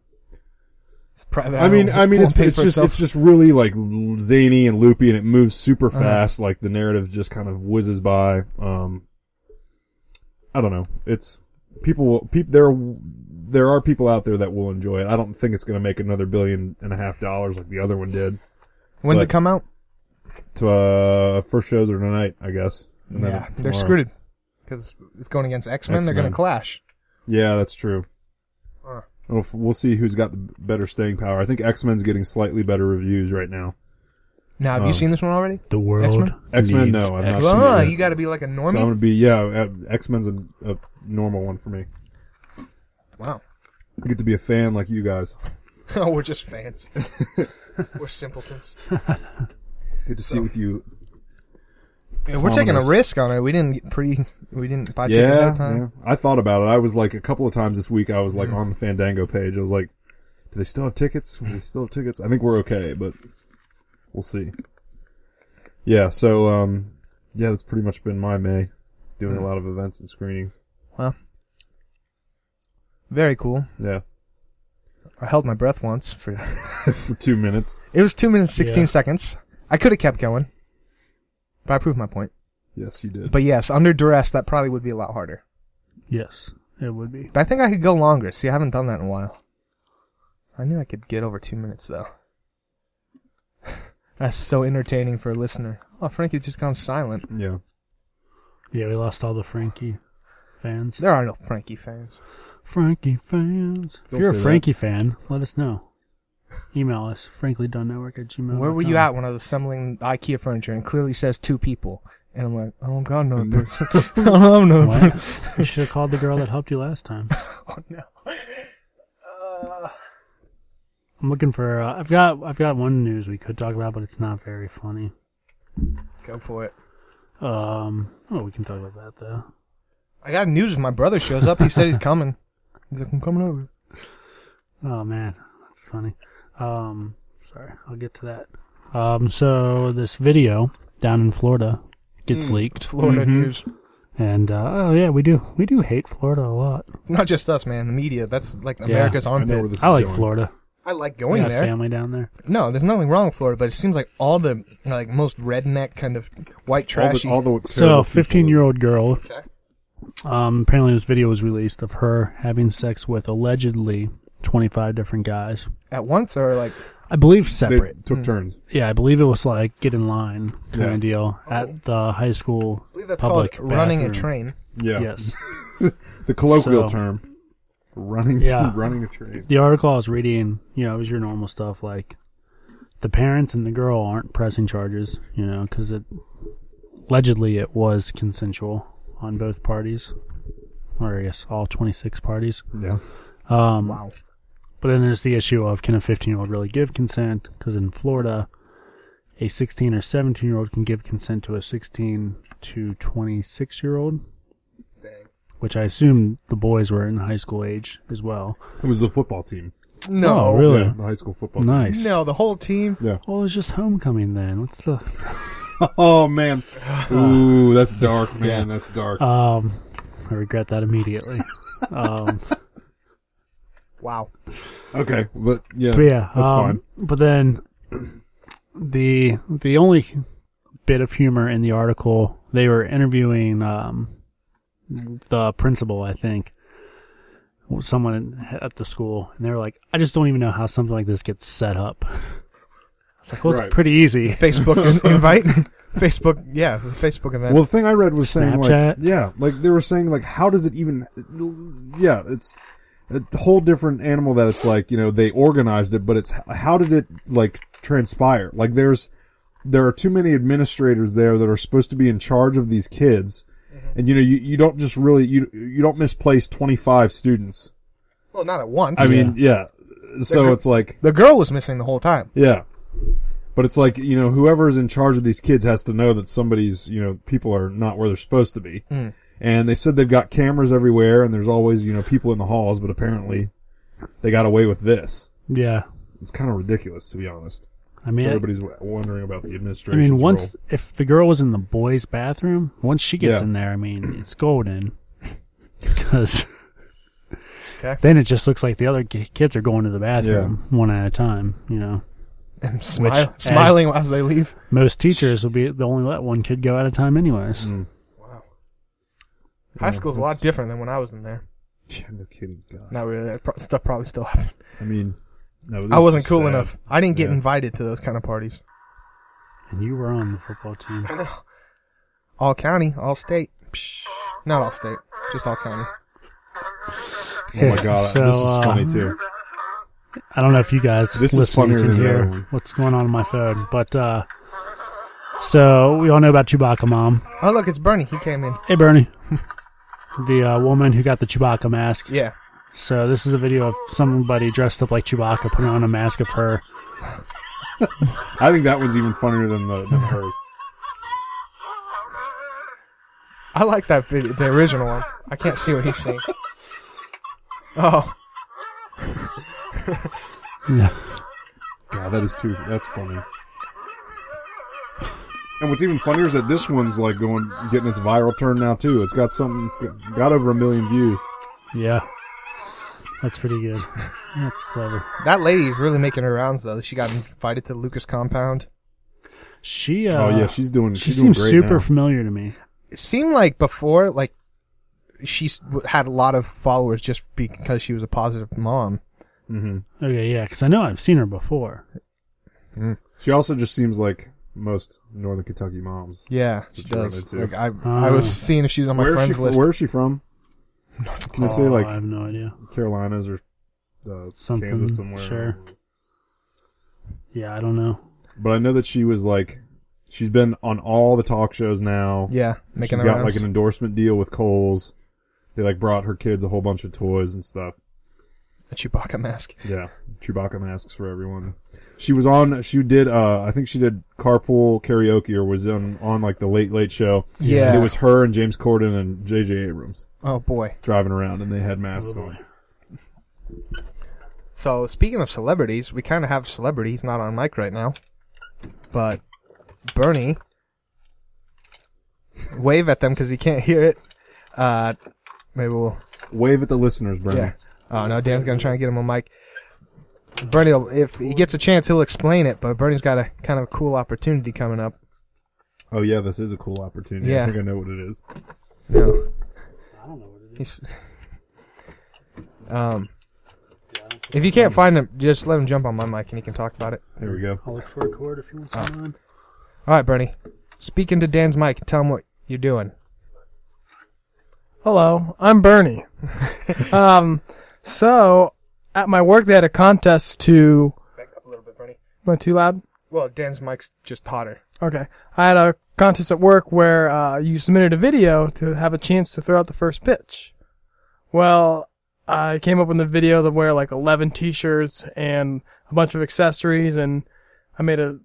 [SPEAKER 1] It's private.
[SPEAKER 3] I mean,
[SPEAKER 1] don't- (laughs)
[SPEAKER 3] I mean,
[SPEAKER 1] won't
[SPEAKER 3] it's
[SPEAKER 1] pay
[SPEAKER 3] it's
[SPEAKER 1] for
[SPEAKER 3] just
[SPEAKER 1] itself.
[SPEAKER 3] it's just really like l- zany and loopy, and it moves super
[SPEAKER 1] Uh-huh.
[SPEAKER 3] fast. Like the narrative just kind of whizzes by. Um, I don't know. It's people will people there. There are people out there that will enjoy it. I don't think it's going to make another billion and a half dollars like the other one did.
[SPEAKER 1] When's
[SPEAKER 3] but-
[SPEAKER 1] it come out?
[SPEAKER 3] To uh, first shows are tonight, I guess. And then
[SPEAKER 1] Yeah, they're
[SPEAKER 3] tomorrow.
[SPEAKER 1] screwed because it's going against X Men. They're going
[SPEAKER 3] X-Men.
[SPEAKER 1] to clash.
[SPEAKER 3] Yeah, that's true.
[SPEAKER 1] Huh.
[SPEAKER 3] I don't know if- We'll see who's got the b- better staying power. I think X Men's getting slightly better reviews right now.
[SPEAKER 1] Now, have
[SPEAKER 3] Um,
[SPEAKER 1] you seen this one already?
[SPEAKER 2] The world.
[SPEAKER 1] X-Men?
[SPEAKER 3] X Men,
[SPEAKER 2] needs
[SPEAKER 3] no, I've not
[SPEAKER 2] X-
[SPEAKER 3] seen
[SPEAKER 1] Ah,
[SPEAKER 3] it.
[SPEAKER 1] you got to be like a
[SPEAKER 3] So
[SPEAKER 1] normie.
[SPEAKER 3] I'm gonna be yeah. X Men's a, a normal one for me.
[SPEAKER 1] Wow. (laughs)
[SPEAKER 3] I get to be a fan like you guys.
[SPEAKER 1] Oh, we're just
[SPEAKER 3] (laughs)
[SPEAKER 1] fans. We're simpletons.
[SPEAKER 3] Get to see with you.
[SPEAKER 1] Yeah, we're taking a
[SPEAKER 3] Autonomous.
[SPEAKER 1] risk on it. We didn't get pre. We didn't buy tickets
[SPEAKER 3] yeah,
[SPEAKER 1] that time.
[SPEAKER 3] yeah. I thought about it. I was like a couple of times this week. I was like
[SPEAKER 2] Mm-hmm.
[SPEAKER 3] on the Fandango page. I was like, do they still have tickets? Do they still have tickets? I think we're okay, but we'll see. Yeah. So um, yeah, that's pretty much been my May. Doing
[SPEAKER 2] Mm.
[SPEAKER 3] a lot of events and screenings.
[SPEAKER 1] Very cool.
[SPEAKER 3] Yeah, (laughs)
[SPEAKER 1] I held my breath once for.
[SPEAKER 3] for two minutes.
[SPEAKER 1] It was two minutes sixteen
[SPEAKER 2] Yeah.
[SPEAKER 1] seconds. I could have kept going, but I proved my point.
[SPEAKER 3] Yes, you did.
[SPEAKER 1] But yes, under duress, that probably would be a lot harder.
[SPEAKER 2] Yes, it would be.
[SPEAKER 1] But I think I could go longer. See, I haven't done that in a while. I knew I could get over two minutes though. (laughs) That's so entertaining for a listener. Oh, Frankie's just gone silent.
[SPEAKER 3] yeah.
[SPEAKER 2] Yeah, we lost all the Frankie fans.
[SPEAKER 1] There are no Frankie fans.
[SPEAKER 2] Frankie fans.
[SPEAKER 3] Don't
[SPEAKER 2] if you're
[SPEAKER 3] say
[SPEAKER 2] a
[SPEAKER 3] that.
[SPEAKER 2] Frankie fan, let us know. Email us, franklydonetwork at gmail.
[SPEAKER 1] Where were you at when I was assembling IKEA furniture and it clearly says two people? And I'm like, I don't got no (laughs) person. I don't have no
[SPEAKER 2] (laughs) What? you should have called the girl that helped you last time.
[SPEAKER 1] person. No.
[SPEAKER 2] I'm looking for. Uh, I've got. I've got one news we could talk about, but it's not very funny.
[SPEAKER 1] Go for it.
[SPEAKER 2] Um. Oh, we can talk about that though.
[SPEAKER 1] I got news. My brother shows up. He said he's coming. He's like, I'm coming over.
[SPEAKER 2] Oh man, that's funny. Um, sorry, I'll get to that. Um, so this video down in Florida gets leaked,
[SPEAKER 1] Florida
[SPEAKER 3] Mhm.
[SPEAKER 1] news.
[SPEAKER 2] and uh, oh yeah, we do we do hate Florida a lot.
[SPEAKER 1] Not just us, man. The media. That's like America's
[SPEAKER 3] I know where
[SPEAKER 1] armpit.
[SPEAKER 3] this
[SPEAKER 2] I
[SPEAKER 3] is
[SPEAKER 2] like
[SPEAKER 3] going.
[SPEAKER 2] Florida.
[SPEAKER 1] I like
[SPEAKER 2] We
[SPEAKER 1] going
[SPEAKER 2] got
[SPEAKER 1] there.
[SPEAKER 2] family down there.
[SPEAKER 1] No, there's nothing wrong with Florida, but it seems like all the like most redneck kind of white
[SPEAKER 3] All
[SPEAKER 1] trashy.
[SPEAKER 3] the, all the
[SPEAKER 2] So,
[SPEAKER 3] terrible people
[SPEAKER 2] fifteen year old girl.
[SPEAKER 1] Okay.
[SPEAKER 2] Um, apparently this video was released of her having sex with allegedly twenty five different guys.
[SPEAKER 1] at once or like
[SPEAKER 2] I believe
[SPEAKER 3] that- They
[SPEAKER 2] separate.
[SPEAKER 3] took turns.
[SPEAKER 2] yeah, I believe it was like get in line kind
[SPEAKER 3] Yeah. Oh.
[SPEAKER 2] of deal at the high school.
[SPEAKER 1] I believe that's
[SPEAKER 2] public
[SPEAKER 1] called running a
[SPEAKER 2] bathroom.
[SPEAKER 1] train.
[SPEAKER 3] Yeah.
[SPEAKER 2] Yes.
[SPEAKER 3] The colloquial
[SPEAKER 2] So-
[SPEAKER 3] term. Running
[SPEAKER 2] Yeah.
[SPEAKER 3] running a train.
[SPEAKER 2] the article I was reading, you know, it was your normal stuff like the parents and the girl aren't pressing charges, you know, because it allegedly it was consensual on both parties, or I guess all 26 parties.
[SPEAKER 3] Yeah.
[SPEAKER 2] Um,
[SPEAKER 1] Wow.
[SPEAKER 2] But then there's the issue of can a 15 year old really give consent? Because in Florida, a 16 or 17 year old can give consent to a 16 to 26 year old. Which I assume the boys were in high school age as well.
[SPEAKER 3] It was the football team.
[SPEAKER 1] No.
[SPEAKER 2] Oh, really?
[SPEAKER 3] Yeah, the high school football team.
[SPEAKER 2] Nice.
[SPEAKER 1] No, the whole team.
[SPEAKER 3] Yeah.
[SPEAKER 2] Well, it's just homecoming then. What's the
[SPEAKER 3] Oh man.
[SPEAKER 2] Ah.
[SPEAKER 3] Ooh, that's dark, man. That's dark.
[SPEAKER 2] um? I regret that
[SPEAKER 3] (laughs)
[SPEAKER 2] immediately. um,
[SPEAKER 1] Wow.
[SPEAKER 3] okay, but yeah,
[SPEAKER 2] but yeah,
[SPEAKER 3] that's
[SPEAKER 2] um, But then the the only bit of humor in the article they were interviewing um, the principal, I think, someone at the school, and they were like, "I just don't even know how something like this gets set up." (laughs) It's like, well,
[SPEAKER 3] Right.
[SPEAKER 2] it's pretty easy. (laughs)
[SPEAKER 1] Facebook in- invite. (laughs) Facebook. Yeah, the Facebook event.
[SPEAKER 3] fine. Well, the thing I read was saying like,
[SPEAKER 2] Snapchat?
[SPEAKER 3] yeah, like they were saying like, how does it even? Yeah, it's a whole different animal that it's like you know they organized it, but it's how did it like transpire. Like there's, there are too many administrators there that are supposed to be in charge of these kids. And you know, you, you don't just really, you, you don't misplace 25 students.
[SPEAKER 1] Well, not at once.
[SPEAKER 3] I mean, yeah. So it's like,
[SPEAKER 1] the girl was missing the whole time.
[SPEAKER 3] yeah. But it's like, you know, whoever's in charge of these kids has to know that somebody's, you know, people are not where they're supposed to be.
[SPEAKER 2] Hmm.
[SPEAKER 3] And they said they've got cameras everywhere and there's always, you know, people in the halls, but apparently they got away with this.
[SPEAKER 2] Yeah.
[SPEAKER 3] It's kind of ridiculous, to be honest.
[SPEAKER 2] I mean,
[SPEAKER 3] so
[SPEAKER 2] I-
[SPEAKER 3] everybody's w- wondering about the
[SPEAKER 2] I
[SPEAKER 3] administration.
[SPEAKER 2] mean, once if the girl was in the boys' bathroom, once she gets
[SPEAKER 3] Yeah.
[SPEAKER 2] in there, I mean, it's golden. (laughs) Because
[SPEAKER 1] Okay.
[SPEAKER 2] then it just looks like the other ki- kids are going to the bathroom one at a time. You know,
[SPEAKER 1] And
[SPEAKER 2] Which,
[SPEAKER 1] smile, smiling as they leave.
[SPEAKER 2] most teachers will be they only let one kid go at a time, anyways.
[SPEAKER 3] Mm.
[SPEAKER 1] High school's a lot
[SPEAKER 3] it's-
[SPEAKER 1] different than when I was in there.
[SPEAKER 3] Yeah, no kidding. God.
[SPEAKER 1] Not really. That pro- stuff probably still happened.
[SPEAKER 3] I mean, no, this
[SPEAKER 1] I wasn't
[SPEAKER 3] is
[SPEAKER 1] cool
[SPEAKER 3] sad.
[SPEAKER 1] enough. I didn't get
[SPEAKER 3] Yeah.
[SPEAKER 1] invited to those kind of parties.
[SPEAKER 2] And you were on the football team.
[SPEAKER 1] I know. (laughs) All county, all state. Psh, not all state, just all county.
[SPEAKER 3] Oh my god,
[SPEAKER 2] (laughs) So,
[SPEAKER 3] this is
[SPEAKER 2] uh,
[SPEAKER 3] funny too.
[SPEAKER 2] I don't know if you guys
[SPEAKER 3] This is
[SPEAKER 2] listening
[SPEAKER 3] funnier
[SPEAKER 2] can
[SPEAKER 3] than the
[SPEAKER 2] hear
[SPEAKER 3] other one.
[SPEAKER 2] what's going on on my phone, but uh, so we all know about Chewbacca mom.
[SPEAKER 1] Oh look, it's Bernie. He came in.
[SPEAKER 2] Hey,
[SPEAKER 3] (laughs)
[SPEAKER 2] Bernie, the uh, woman who got the Chewbacca mask.
[SPEAKER 1] Yeah.
[SPEAKER 2] So this is a video of somebody dressed up like Chewbacca putting on a mask of her.
[SPEAKER 3] I think that one's even funnier than the
[SPEAKER 2] (laughs)
[SPEAKER 3] than hers.
[SPEAKER 1] I like that video, the original one. I can't see what he's saying. Oh,
[SPEAKER 3] God, that is too. That's funny. And what's even funnier is that this one's like going, getting its viral turn now too. It's got something. It's got over a million views.
[SPEAKER 2] Yeah, that's pretty good. That's clever.
[SPEAKER 1] that lady is really making her rounds though. She got invited to Lucas Compound.
[SPEAKER 2] She. Uh,
[SPEAKER 3] oh yeah, she's doing.
[SPEAKER 2] she
[SPEAKER 3] She's doing
[SPEAKER 2] seems
[SPEAKER 3] great
[SPEAKER 2] super
[SPEAKER 3] now.
[SPEAKER 2] familiar to me.
[SPEAKER 1] It seemed like before, like she s- w- had a lot of followers just because she was a positive mom.
[SPEAKER 3] Mm-hmm.
[SPEAKER 2] Okay, yeah, because I know I've seen her before.
[SPEAKER 3] she also just seems like most Northern Kentucky moms.
[SPEAKER 1] Yeah, she
[SPEAKER 3] Which you
[SPEAKER 1] does.
[SPEAKER 3] run
[SPEAKER 1] Like
[SPEAKER 3] into.
[SPEAKER 1] I, I was
[SPEAKER 2] Ah.
[SPEAKER 1] seeing if she was on my
[SPEAKER 3] Uh-huh. Where is she?
[SPEAKER 1] friends
[SPEAKER 3] fr-
[SPEAKER 1] list.
[SPEAKER 3] Where is she from? Can they say
[SPEAKER 2] Oh,
[SPEAKER 3] like
[SPEAKER 2] I have no idea.
[SPEAKER 3] Carolinas or uh,
[SPEAKER 2] Something,
[SPEAKER 3] Kansas somewhere?
[SPEAKER 2] sure. Yeah, I don't know.
[SPEAKER 3] But I know that she was like, she's been on all the talk shows now.
[SPEAKER 1] Yeah, making
[SPEAKER 3] she's
[SPEAKER 1] her
[SPEAKER 3] got
[SPEAKER 1] rounds.
[SPEAKER 3] like an endorsement deal with Coles. They like brought her kids a whole bunch of toys and stuff.
[SPEAKER 1] a Chewbacca mask.
[SPEAKER 3] Yeah, Chewbacca masks for everyone. She was on. She did. uh I think she did carpool karaoke or was on on like the Late Late Show.
[SPEAKER 1] Yeah.
[SPEAKER 3] and it was her and James Corden and J.J. Abrams
[SPEAKER 1] Oh boy.
[SPEAKER 3] driving around, and they had masks on.
[SPEAKER 1] So speaking of celebrities, we kind of have celebrity. He's not on mic right now, but Bernie, wave at them because he can't hear it. Uh, maybe we'll.
[SPEAKER 3] Wave at the listeners, Bernie.
[SPEAKER 1] Yeah. Oh no, Dan's gonna try and get him a mic. Bernie, will- if he gets a chance, he'll explain it. But Bernie's got a kind of cool opportunity coming up.
[SPEAKER 3] Oh yeah, this is a cool opportunity.
[SPEAKER 1] Yeah.
[SPEAKER 3] I think I know what it is.
[SPEAKER 1] No. He's- um, if you can't find him, just let him jump on my mic and he can talk about it.
[SPEAKER 3] There we go.
[SPEAKER 2] I'll look for a cord if you want
[SPEAKER 3] Ah.
[SPEAKER 2] some. on.
[SPEAKER 1] All right, Bernie. Speak into Dan's mic and tell him what you're doing.
[SPEAKER 5] Hello, I'm Bernie. um, so at my work, they had a contest to.
[SPEAKER 1] Back up a little bit, Bernie.
[SPEAKER 5] Am I too loud?
[SPEAKER 1] Well, Dan's mic's just hotter.
[SPEAKER 5] Okay. I had a contest at work where uh, you submitted a video to have a chance to throw out the first pitch. Well, I came up with a video to wear like 11 t-shirts and a bunch of accessories, and I made a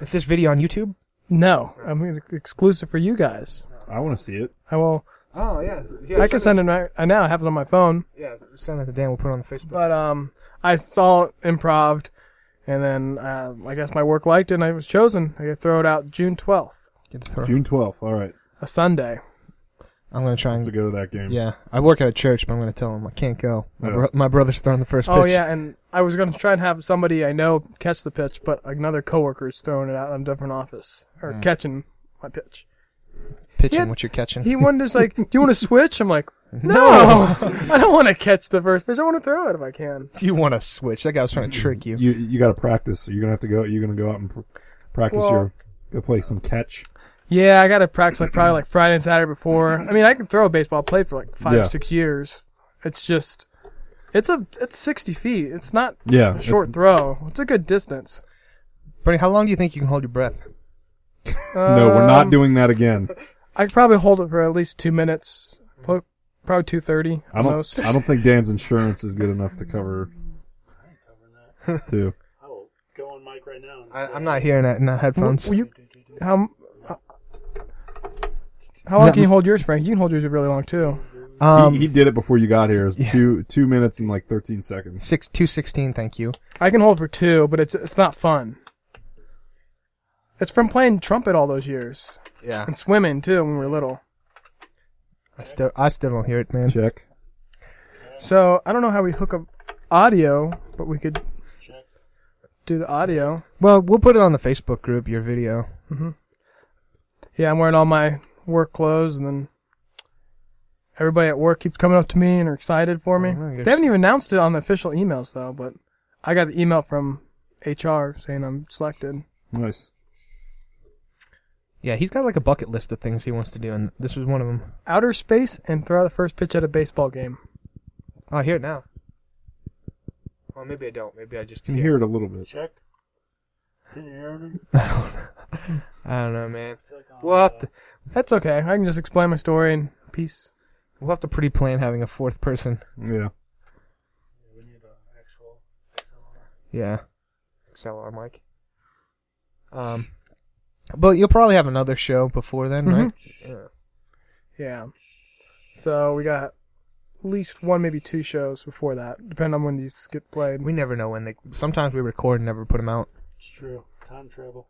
[SPEAKER 1] Is this video on YouTube?
[SPEAKER 5] no. I mean, exclusive for you guys.
[SPEAKER 3] I want to see it.
[SPEAKER 5] I will.
[SPEAKER 1] Oh yeah,
[SPEAKER 5] I can send it right I now. I have it on my phone.
[SPEAKER 1] Yeah, send it to Dan. We'll put it on the Facebook.
[SPEAKER 5] But um, I saw it improved, and then uh, I guess my work liked it, and I was chosen. I could throw it out June twelfth,
[SPEAKER 3] June twelfth. All right,
[SPEAKER 5] a Sunday.
[SPEAKER 1] I'm gonna try
[SPEAKER 3] have to
[SPEAKER 1] and.
[SPEAKER 3] go to that game.
[SPEAKER 1] Yeah, I work at a church, but I'm gonna tell him I can't go. My,
[SPEAKER 3] Yeah.
[SPEAKER 1] bro- my brother's throwing the first pitch.
[SPEAKER 5] Oh yeah, and I was gonna try and have somebody I know catch the pitch, but another coworker's throwing it out in a different office or catching my pitch.
[SPEAKER 1] pitching
[SPEAKER 5] Yeah.
[SPEAKER 1] what you're catching.
[SPEAKER 5] He wonders like, "Do you want to switch?" I'm like, "No, (laughs) I don't want to catch the first pitch. I want to throw it if I can."
[SPEAKER 1] (laughs) you want to switch? That guy was trying to trick you.
[SPEAKER 3] you you got to practice. So you're gonna have to go. You're gonna go out and pr- practice
[SPEAKER 5] Well-
[SPEAKER 3] your go play some catch.
[SPEAKER 5] Yeah, I gotta practice
[SPEAKER 3] (clears throat)
[SPEAKER 5] like probably like Friday and Saturday before. I mean, I can throw a baseball. I played for like five,
[SPEAKER 3] Yeah.
[SPEAKER 5] six years. It's just, it's a, it's sixty feet. It's not
[SPEAKER 3] Yeah,
[SPEAKER 5] a short throw. It's a good distance.
[SPEAKER 1] Bernie, how long do you think you can hold your breath? uh,
[SPEAKER 3] no, we're not
[SPEAKER 5] Um,
[SPEAKER 3] doing that again.
[SPEAKER 5] I could probably hold it for at least two minutes. Po- Probably two thirty.
[SPEAKER 3] I don't. I don't think Dan's insurance is good enough to cover.
[SPEAKER 5] (laughs)
[SPEAKER 3] Too.
[SPEAKER 2] I will go on mic right now.
[SPEAKER 1] I, I'm not hearing that in the headphones.
[SPEAKER 5] Will you, how, m- how long can you hold yours, Frank? You can hold yours really long too.
[SPEAKER 1] Um,
[SPEAKER 3] he, he did it before you got here. It was two two minutes and like thirteen seconds.
[SPEAKER 1] six two sixteen. Thank you.
[SPEAKER 5] I can hold for two, but it's it's not fun. It's from playing trumpet all those years
[SPEAKER 1] Yeah.
[SPEAKER 5] and swimming too when we were little.
[SPEAKER 1] I still I still don't hear it, man.
[SPEAKER 3] Check.
[SPEAKER 5] So I don't know how we hook up audio, but we could do the audio.
[SPEAKER 1] Well, we'll put it on the Facebook group. Your video.
[SPEAKER 5] Yeah, I'm wearing all my work clothes, and then everybody at work keeps coming up to me and are excited for me.
[SPEAKER 1] Oh, I guess-
[SPEAKER 5] They haven't even announced it on the official emails though, but I got the email from HR saying I'm selected.
[SPEAKER 3] Nice.
[SPEAKER 1] Yeah, he's got like a bucket list of things he wants to do, and this was one of them.
[SPEAKER 5] Outer space and throw out the first pitch at a baseball game.
[SPEAKER 1] Oh, I hear it now. Well, maybe I don't. Maybe I just
[SPEAKER 3] Can hear it a little bit.
[SPEAKER 2] Check. Can you hear me?
[SPEAKER 1] I don't know, man. We'll have to
[SPEAKER 5] That's okay. I can just explain my story in peace.
[SPEAKER 1] we'll have to pre-plan having a fourth person.
[SPEAKER 3] Yeah.
[SPEAKER 1] Yeah. XLR mic. Um, but you'll probably have another show before then,
[SPEAKER 3] Mm-hmm.
[SPEAKER 1] right? Yeah.
[SPEAKER 5] Yeah. So we got at least one, maybe two shows before that, depending on when these get played.
[SPEAKER 1] We never know when they. Sometimes we record and never put them
[SPEAKER 3] (laughs)
[SPEAKER 1] out.
[SPEAKER 2] It's true. Time travel.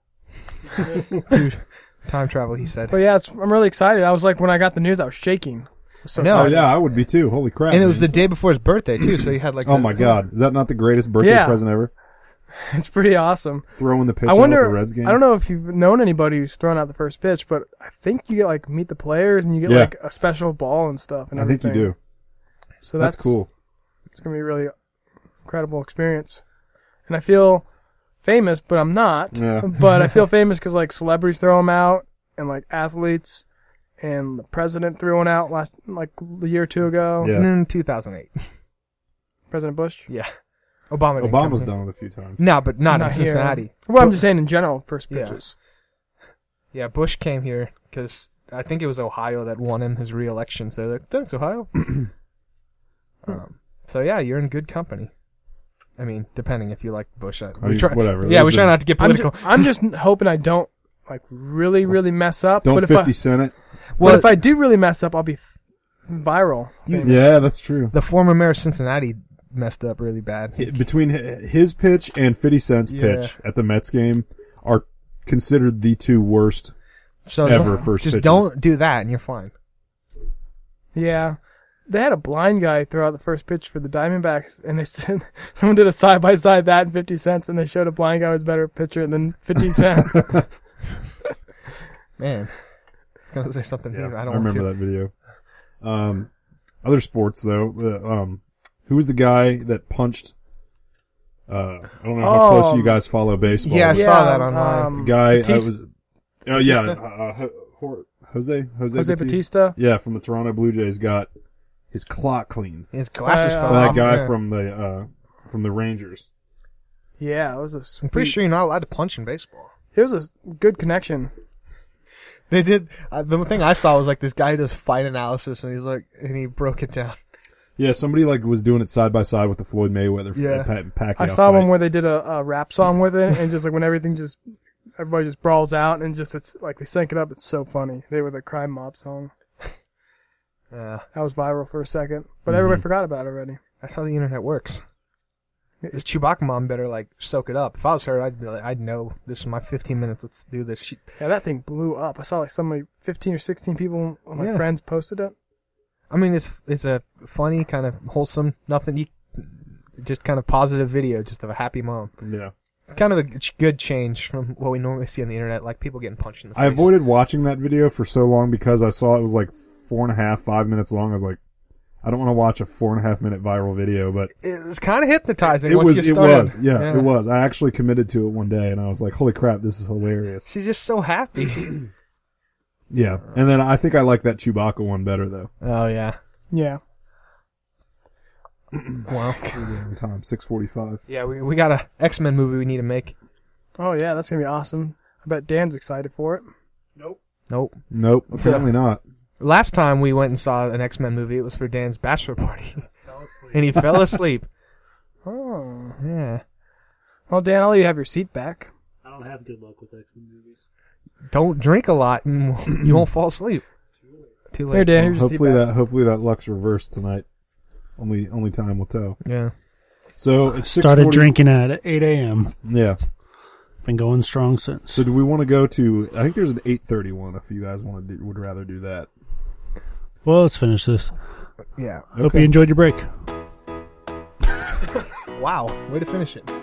[SPEAKER 1] Dude, time travel. He said.
[SPEAKER 5] But yeah, it's, I'm really excited. I was like, when I got the news, I was shaking. So
[SPEAKER 1] No.
[SPEAKER 3] Oh
[SPEAKER 1] I-
[SPEAKER 3] yeah, I would be too. Holy crap!
[SPEAKER 1] And it was the
[SPEAKER 3] man.
[SPEAKER 1] day before his birthday too, so he had like.
[SPEAKER 3] Oh
[SPEAKER 1] the-
[SPEAKER 3] my god, is that not the greatest birthday
[SPEAKER 5] Yeah.
[SPEAKER 3] present ever?
[SPEAKER 5] (laughs) it's pretty awesome.
[SPEAKER 3] Throwing the pitch
[SPEAKER 5] I
[SPEAKER 3] out
[SPEAKER 5] wonder.
[SPEAKER 3] at the Reds game.
[SPEAKER 5] I don't know if you've known anybody who's thrown out the first pitch, but I think you get like meet the players and you get
[SPEAKER 3] Yeah.
[SPEAKER 5] like a special ball and stuff. And
[SPEAKER 3] I think you
[SPEAKER 5] everything.
[SPEAKER 3] do.
[SPEAKER 5] So
[SPEAKER 3] that's,
[SPEAKER 5] that's,
[SPEAKER 3] cool.
[SPEAKER 5] It's gonna be a really incredible experience, and I feel famous, but I'm not.
[SPEAKER 3] Yeah.
[SPEAKER 5] (laughs) But I feel famous because like celebrities throw them out, and like athletes, and the president threw one out last like a year or two ago.
[SPEAKER 3] Yeah.
[SPEAKER 1] In 2008.
[SPEAKER 5] President Bush.
[SPEAKER 1] Yeah. Obama. didn't
[SPEAKER 3] Obama's
[SPEAKER 1] come in.
[SPEAKER 3] done it a few times.
[SPEAKER 1] No, but not, in
[SPEAKER 5] here.
[SPEAKER 1] Cincinnati.
[SPEAKER 5] Well, I'm
[SPEAKER 1] Bu-
[SPEAKER 5] just saying in general, first
[SPEAKER 1] Yeah.
[SPEAKER 5] pitches.
[SPEAKER 1] Yeah, Bush came here because I think it was Ohio that won him his reelection. So they're like, thanks,
[SPEAKER 3] (clears throat)
[SPEAKER 1] Ohio. um, so yeah, you're in good company. I mean, depending if you like Bush. I,
[SPEAKER 3] I mean, whatever.
[SPEAKER 1] Yeah,
[SPEAKER 3] Those
[SPEAKER 1] we try
[SPEAKER 3] are-
[SPEAKER 1] not to get
[SPEAKER 5] I'm,
[SPEAKER 1] political.
[SPEAKER 5] ju- I'm just hoping I don't like really, really mess up.
[SPEAKER 3] Don't
[SPEAKER 5] but if I,
[SPEAKER 3] fifty cent it.
[SPEAKER 5] but if I do really mess up, I'll be f- viral.
[SPEAKER 3] Yeah, that's true.
[SPEAKER 1] the former mayor of Cincinnati messed up really bad.
[SPEAKER 3] hi- between hi- his pitch and 50 Cent's pitch at the Mets game are considered the two worst.
[SPEAKER 1] So
[SPEAKER 3] Ever
[SPEAKER 1] don't-
[SPEAKER 3] first
[SPEAKER 1] just
[SPEAKER 3] pitches.
[SPEAKER 1] don't do that, and you're fine.
[SPEAKER 5] Yeah. They had a blind guy throw out the first pitch for the Diamondbacks, and they said (laughs) someone did a side by side that and 50 cents, and they showed a blind guy was a better pitcher than
[SPEAKER 1] (laughs)
[SPEAKER 5] 50 cent.
[SPEAKER 1] Man, I was gonna say something. mean, I don't want
[SPEAKER 3] remember
[SPEAKER 1] to.
[SPEAKER 3] that video. Um, other sports though. uh, um, who was the guy that punched? Uh, I don't know how
[SPEAKER 5] Oh,
[SPEAKER 1] Um,
[SPEAKER 3] close you guys follow baseball.
[SPEAKER 1] yeah, I saw that online.
[SPEAKER 5] um,
[SPEAKER 3] The guy I
[SPEAKER 5] Batista-
[SPEAKER 3] was. Oh yeah,
[SPEAKER 1] Batista?
[SPEAKER 3] uh, Ho- Ho- Jose Jose,
[SPEAKER 5] Jose
[SPEAKER 3] Bati-
[SPEAKER 5] Batista.
[SPEAKER 3] Yeah, from the Toronto Blue Jays got his clock cleaned.
[SPEAKER 1] His glasses
[SPEAKER 5] Uh,
[SPEAKER 1] fell
[SPEAKER 3] by
[SPEAKER 1] off.
[SPEAKER 3] that guy
[SPEAKER 1] yeah.
[SPEAKER 3] from the uh, from the Rangers.
[SPEAKER 5] Yeah, it was a
[SPEAKER 1] I'm
[SPEAKER 5] sweet,
[SPEAKER 1] pretty sure you're not allowed to punch in baseball.
[SPEAKER 5] it was a good connection.
[SPEAKER 1] They did. Uh, the thing I saw was like this guy does fight analysis, and he's like, and he broke it down.
[SPEAKER 3] Yeah, somebody like was doing it side by side with the Floyd Mayweather. uh,
[SPEAKER 1] Yeah.
[SPEAKER 3] Pat, Pacquiao
[SPEAKER 5] I saw
[SPEAKER 3] fight.
[SPEAKER 5] one where they did a, a rap song with it, and just like when everything just everybody just brawls out, and just it's like they sync it up. It's so funny. They were the crime mob song.
[SPEAKER 1] Yeah,
[SPEAKER 5] That was viral for a second, but everybody forgot about it already.
[SPEAKER 1] Uh, that's how the internet works. This Chewbacca mom better like soak it up. If I was her, I'd be like, I'd know this is my 15 minutes. Let's do this. She,
[SPEAKER 5] Yeah, that thing blew up. I saw like somebody, 15 or 16 people, on my
[SPEAKER 1] Yeah.
[SPEAKER 5] friends posted it.
[SPEAKER 1] I mean, it's it's a funny kind of wholesome, nothing, you, just kind of positive video, just of a happy mom.
[SPEAKER 3] Yeah,
[SPEAKER 1] It's kind of a g- good change from what we normally see on the internet, like people getting punched in the face.
[SPEAKER 3] I avoided watching that video for so long because I saw it was like four and a half, five minutes long. I was like, I don't want to watch a four and a half minute viral video, but
[SPEAKER 1] It was kind of hypnotizing.
[SPEAKER 3] it
[SPEAKER 1] once
[SPEAKER 3] was,
[SPEAKER 1] you
[SPEAKER 3] it
[SPEAKER 1] started.
[SPEAKER 3] was, yeah, it was. I actually committed to it one day, and I was like, holy crap, this is hilarious.
[SPEAKER 1] She's just so happy.
[SPEAKER 3] (clears throat) Yeah, and then I think I like that Chewbacca one better though.
[SPEAKER 1] oh yeah.
[SPEAKER 5] Yeah.
[SPEAKER 1] Well,
[SPEAKER 3] Time six forty five.
[SPEAKER 1] yeah, we we got a X Men movie we need to make.
[SPEAKER 5] Oh yeah, that's gonna be awesome. I bet Dan's excited for it.
[SPEAKER 1] Nope.
[SPEAKER 3] Nope, apparently not.
[SPEAKER 1] Last time we went and saw an X Men movie, it was for Dan's bachelor party, (laughs) and he fell asleep.
[SPEAKER 5] Oh.
[SPEAKER 1] Yeah.
[SPEAKER 5] Well, Dan, I'll let you have your seat back.
[SPEAKER 2] I don't have good luck with X Men movies.
[SPEAKER 1] Don't drink a lot, and you won't fall asleep. Too late.
[SPEAKER 5] Here, Dan, here's your seat
[SPEAKER 3] um, Hopefully
[SPEAKER 5] back.
[SPEAKER 3] that hopefully that luck's reversed tonight. Only only time will tell.
[SPEAKER 1] Yeah.
[SPEAKER 3] So it's
[SPEAKER 2] Started
[SPEAKER 3] 6:40
[SPEAKER 2] drinking at 8 a.m.
[SPEAKER 3] Yeah.
[SPEAKER 2] Been going strong since.
[SPEAKER 3] So do we want to go to? I think there's an 8:31. If you guys want to, do, would rather do that.
[SPEAKER 2] Well, let's finish this.
[SPEAKER 1] Yeah.
[SPEAKER 2] Hope you enjoyed your break.
[SPEAKER 1] Wow. Way to finish it.